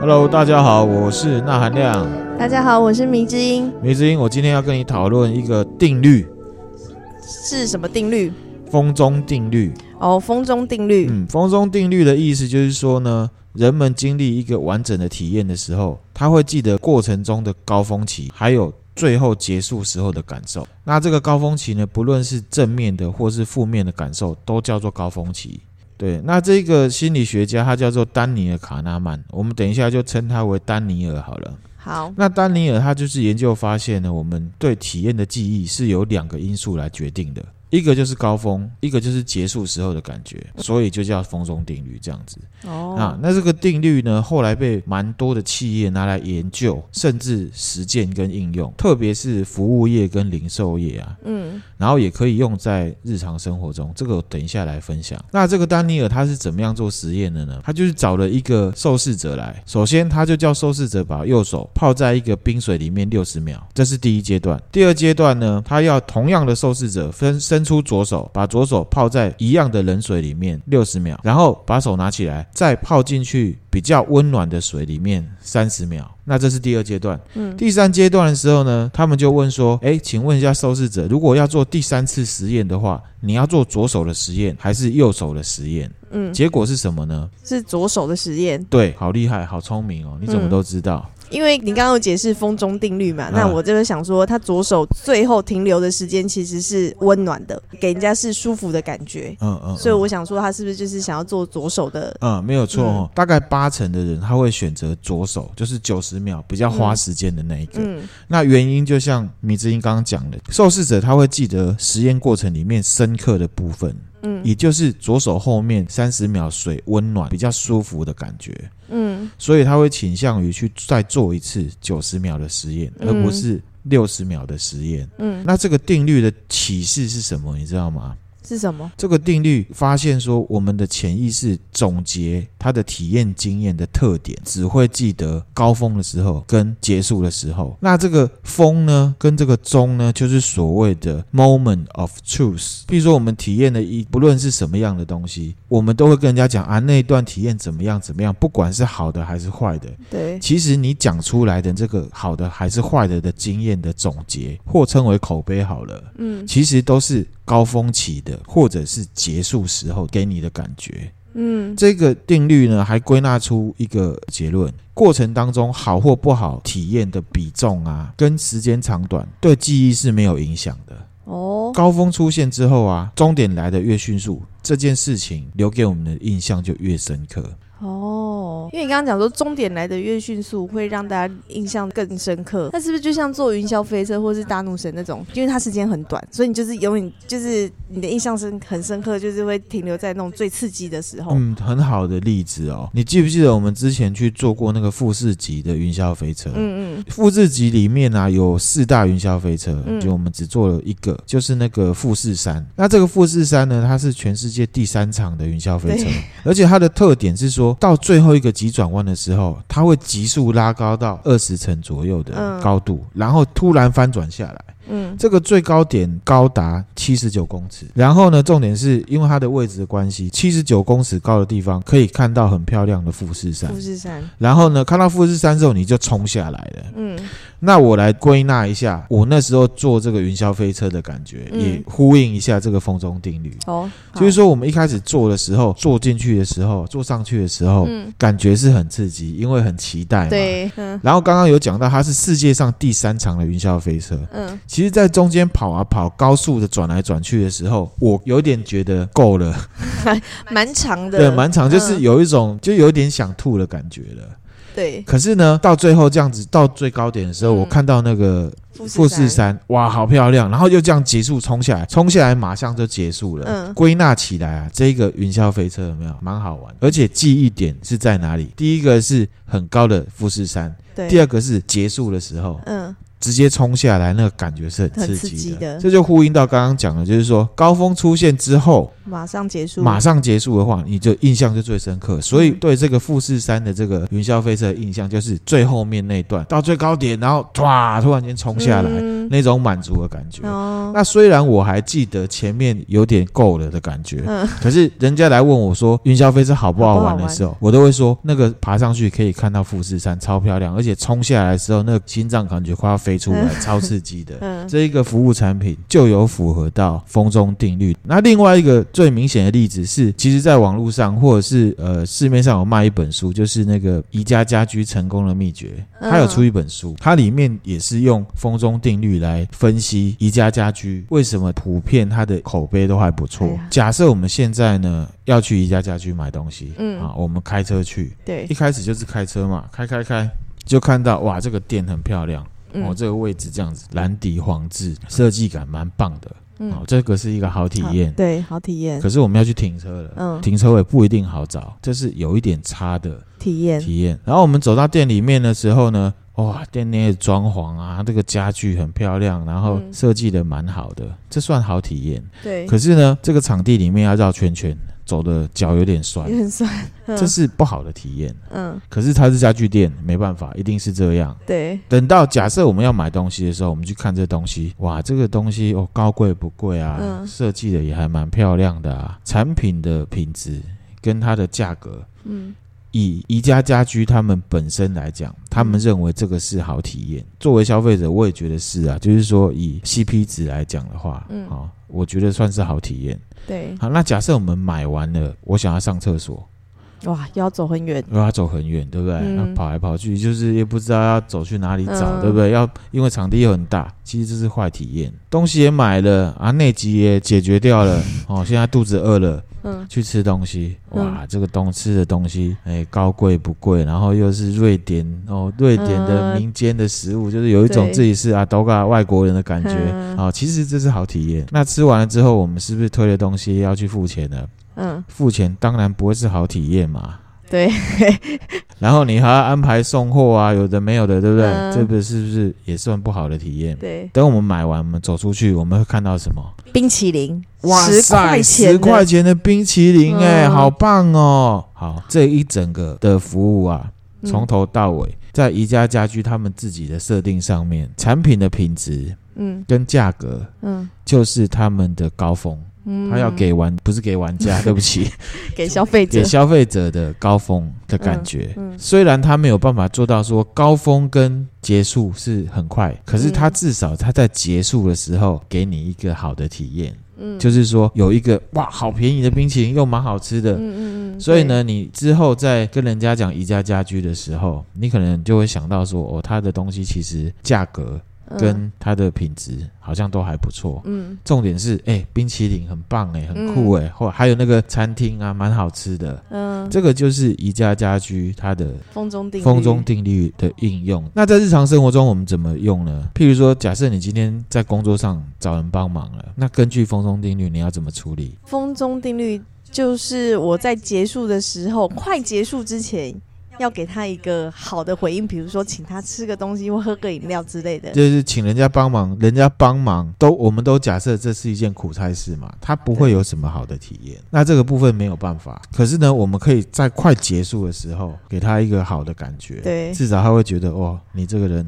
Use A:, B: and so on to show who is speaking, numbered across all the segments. A: Hello，大家好，我是纳含亮，
B: 大家好，我是迷之音。
A: 梅之音。我今天要跟你讨论一个定律
B: 是什么定律？
A: ——风中定律。
B: 哦，风中定律。
A: 嗯，风中定律的意思就是说呢，人们经历一个完整的体验的时候，他会记得过程中的高峰期，还有最后结束时候的感受。那这个高峰期呢，不论是正面的或是负面的感受，都叫做高峰期。对，那这个心理学家他叫做丹尼尔·卡纳曼，我们等一下就称他为丹尼尔好了。
B: 好，
A: 那丹尼尔他就是研究发现呢，我们对体验的记忆是由两个因素来决定的，一个就是高峰，一个就是结束时候的感觉，所以就叫风中定律这样子。啊
B: 哦，，
A: 那这个定律呢，后来被蛮多的企业拿来研究，甚至实践跟应用，特别是服务业跟零售业啊，
B: 嗯，
A: 然后也可以用在日常生活中。这个我等一下来分享。那这个丹尼尔他是怎么样做实验的呢？他就是找了一个受试者来，首先他就叫受试者把右手泡在一个冰水里面六十秒，这是第一阶段。第二阶段呢，他要同样的受试者分伸出左手，把左手泡在一样的冷水里面六十秒，然后把手拿起来，再泡进去比较温暖的水里面三十秒。那这是第二阶段。嗯第三阶段的时候呢，他们就问说：“哎，请问一下受试者，如果要做第三次实验的话，你要做左手的实验还是右手的实验？”
B: 嗯
A: 结果是什么呢？
B: 是左手的实验，
A: 对，好厉害，好聪明哦！你
B: 嗯
A: 怎么都知道？
B: 因为你刚刚有解释风中定律嘛，那
A: 嗯
B: 我就是想说，他左手最后停留的时间其实是温暖的，给人家是舒服的感觉，
A: 嗯嗯嗯
B: 所以我想说，他是不是就是想要做左手的？
A: 嗯，没有错哦。大概八成的人他会选择左手，就是九十秒比较花时间的那一个。
B: 嗯
A: 那原因就像米之音刚刚讲的，受试者他会记得实验过程里面深刻的部分，
B: 嗯
A: 也就是左手后面三十秒水温暖比较舒服的感觉。
B: 嗯，
A: 所以他会倾向于去再做一次九十秒的实验，
B: 嗯
A: 而不是六十秒的实验。
B: 嗯，
A: 那这个定律的启示是什么？你知道吗？
B: 是什么？
A: 这个定律发现说，我们的潜意识总结它的体验经验的特点，只会记得高峰的时候跟结束的时候。那这个峰呢，跟这个钟呢，就是所谓的 moment of truth。比如说，我们体验的一不论是什么样的东西，我们都会跟人家讲啊，那一段体验怎么样怎么样，不管是好的还是坏的，
B: 对，
A: 其实你讲出来的这个好的还是坏的的经验的总结，或称为口碑好了，
B: 嗯
A: 其实都是高峰期的，或者是结束时候给你的感觉。
B: 嗯
A: 这个定律呢，还归纳出一个结论：过程当中好或不好体验的比重啊，跟时间长短对记忆是没有影响的。
B: 哦，
A: 高峰出现之后啊，终点来的越迅速，这件事情留给我们的印象就越深刻。
B: 哦，因为你刚刚讲说终点来的越迅速，会让大家印象更深刻。那是不是就像坐云霄飞车或是大怒神那种？因为它时间很短，所以你就是永远就是你的印象深很深刻，就是会停留在那种最刺激的时候。
A: 嗯，很好的例子哦。你记不记得我们之前去做过那个富士级的云霄飞车？
B: 嗯嗯
A: 富士级里面呢、啊、有四大云霄飞车，
B: 嗯
A: 就我们只做了一个，就是那个富士山。那这个富士山呢，它是全世界第三长的云霄飞车
B: 对，
A: 而且它的特点是说到最后一个急转弯的时候，它会急速拉高到二十层左右的
B: 嗯
A: 高度，然后突然翻转下来。
B: 嗯
A: 这个最高点高达七十九公尺。然后呢，重点是因为它的位置的关系，七十九公尺高的地方可以看到很漂亮的富士山
B: 富。士山，
A: 然后呢，看到富士山之后，你就冲下来了。
B: 嗯
A: 那我来归纳一下，我那时候坐这个云霄飞车的感觉，
B: 嗯
A: 也呼应一下这个风中定律。
B: 哦，好
A: 就是，说，我们一开始坐的时候，坐进去的时候，坐上去的时候，
B: 嗯，
A: 感觉是很刺激，因为很期待嘛。。
B: 对，嗯
A: 然后刚刚有讲到，它是世界上第三长的云霄飞车，
B: 嗯，
A: 其实，在中间跑啊跑，高速的转来转去的时候，我有点觉得够了，
B: 蛮长的，
A: 对，蛮长，就是
B: 嗯
A: 有一种就有点想吐的感觉了。
B: 对
A: 可是呢，到最后这样子到最高点的时候，
B: 嗯
A: 我看到那个
B: 富
A: 富士，山，哇，好漂亮！然后就这样急速冲下来，冲下来马上就结束了。
B: 嗯
A: 归纳起来啊，这个云霄飞车有没有蛮好玩？而且记忆点是在哪里？第一个是很高的富士山，
B: 对，
A: 第二个是结束的时候，
B: 嗯
A: 直接冲下来，那个感觉是很
B: 很
A: 刺
B: 刺
A: 激
B: 激的
A: 这就呼应到刚刚讲的，就是说高峰出现之后，
B: 马上结束，
A: 马上结束的话，你就印象就最深刻。所以
B: 嗯
A: 对这个富士山的这个云霄飞车的印象，就是最后面那一段到最高点，然后唰突然间冲下来，
B: 嗯
A: 那种满足的感觉。
B: 哦，
A: 那虽然我还记得前面有点够了的感觉，
B: 嗯
A: 可是人家来问我说云霄飞车好不好玩的时候，我都会说那个爬上去可以看到富士山，超漂亮，而且冲下来的时候，那个心脏感觉快要飞出来，超刺激的。
B: 嗯，
A: 这一个服务产品就有符合到风中定律。那另外一个最明显的例子是，其实在网络上或者是呃市面上有卖一本书，就是那个宜家家居成功的秘诀，
B: 嗯
A: 它有出一本书，它里面也是用风中定律来分析宜家家居为什么普遍它的口碑都还不错
B: 哎呀。
A: 假设我们现在呢要去宜家家居买东西，
B: 嗯
A: 啊，我们开车去，
B: 对
A: 一，开始就是开车嘛，开开开。就看到哇，这个店很漂亮，哦，
B: 嗯
A: 这个位置这样子，蓝底黄字，设计感蛮棒的。哦
B: 嗯，，
A: 这个是一个好体验
B: 好。对，好体验，
A: 可是我们要去停车了，
B: 嗯
A: 停车位不一定好找，这是有一点差的
B: 体验，
A: 体验。然后我们走到店里面的时候呢，哇，店内的装潢啊，这个家具很漂亮，然后
B: 嗯
A: 设计的蛮好的，这算好体验。
B: 对，
A: 可是呢，这个场地里面要绕圈圈，走的脚有点酸
B: 也，很酸，嗯
A: 这是不好的体验。
B: 嗯，
A: 可是它是家具店，没办法，一定是这样。
B: 对，
A: 等到假设我们要买东西的时候，我们去看这东西，哇，这个东西哦，高贵不贵啊，
B: 嗯
A: 设计的也还蛮漂亮的啊，产品的品质跟它的价格，
B: 嗯，
A: 以宜家家居他们本身来讲，他
B: 嗯
A: 们认为这个是好体验。作为消费者，我也觉得是啊，就是说以 CP 值来讲的话，
B: 嗯
A: 哦，我觉得算是好体验。
B: 对，
A: 好，那假设我们买完了，我想要上厕所，
B: 哇，又要走很远，
A: 因为他走很远，对不对？
B: 嗯
A: 那跑来跑去，就是也不知道要走去哪里找，
B: 嗯
A: 对不对？要因为场地又很大，其实这是坏体验。东西也买了啊，内急也解决掉了哦，现在肚子饿了，
B: 嗯，
A: 去吃东西。哇，这个东吃的东西，哎，高贵不贵，然后又是瑞典哦，瑞典的
B: 嗯
A: 民间的食物，就是有一种
B: 对
A: 自己是啊都嘎外国人的感觉
B: 嗯
A: 啊、哦。其实这是好体验。那吃完了之后，我们是不是推了东西要去付钱呢？
B: 嗯，
A: 付钱当然不会是好体验嘛。
B: 对，
A: 然后你还要安排送货啊，有的没有的，对不对？
B: 嗯
A: 这个是不是也算不好的体验？
B: 对，
A: 等我们买完，我们走出去，我们会看到什么？
B: 冰淇淋，十
A: 塞，
B: 块钱，
A: 十块，钱的冰淇淋、哎、
B: 嗯
A: 好棒哦！好，这一整个的服务啊，
B: 嗯
A: 从头到尾，在宜家家居他们自己的设定上面，产品的品质
B: 嗯
A: 跟价格
B: 嗯
A: 就是他们的高峰，
B: 嗯，
A: 他要给玩，不是给玩 家，对不起，
B: 给消费者
A: 给，消费者的高峰的感觉。
B: 嗯嗯
A: 虽然他没有办法做到说高峰跟结束是很快，可是他
B: 嗯
A: 至少他在结束的时候给你一个好的体验，
B: 嗯，
A: 就是说有一个哇，好便宜的冰淇淋又蛮好吃的。
B: 嗯嗯嗯，
A: 所以
B: 对
A: 呢，你之后在跟人家讲宜家家居的时候，你可能就会想到说，哦，它的东西其实价格跟它的品质好像都还不错。
B: 嗯
A: 重点是，哎、冰淇淋很棒哎、很酷哎、或还有那个餐厅啊，蛮好吃的。
B: 嗯，
A: 这个就是宜家家居它的
B: 风中定律
A: 风中定律的应用。那在日常生活中我们怎么用呢？譬如说，假设你今天在工作上找人帮忙了，那根据风中定律，你要怎么处理？
B: 风中定律就是我在结束的时候，快结束之前。要给他一个好的回应，比如说请他吃个东西或喝个饮料之类的。
A: 就是请人家帮忙，人家帮忙都，我们都假设这是一件苦差事嘛，他不会有什么好的体验。那这个部分没有办法，可是呢，我们可以在快结束的时候给他一个好的感觉，
B: 对
A: 至少他会觉得哦，你这个人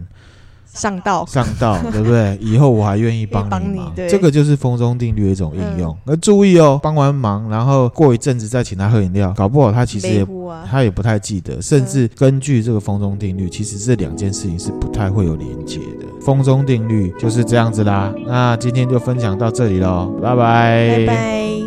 B: 上道，
A: 上道，对不 对？以后我还愿意帮
B: 愿
A: 你
B: 意
A: 忙
B: 帮你，对嗯
A: 这个就是风中定律的一种应用。而注意哦，帮完忙，然后过一阵子再请他喝饮料，搞不好他其实
B: 没
A: 也
B: 糊啊，
A: 他也不太记得，甚至根据这个风中定律，其实这两件事情是不太会有连结的。风中定律就是这样子啦。那今天就分享到这里喽，拜
B: 拜拜。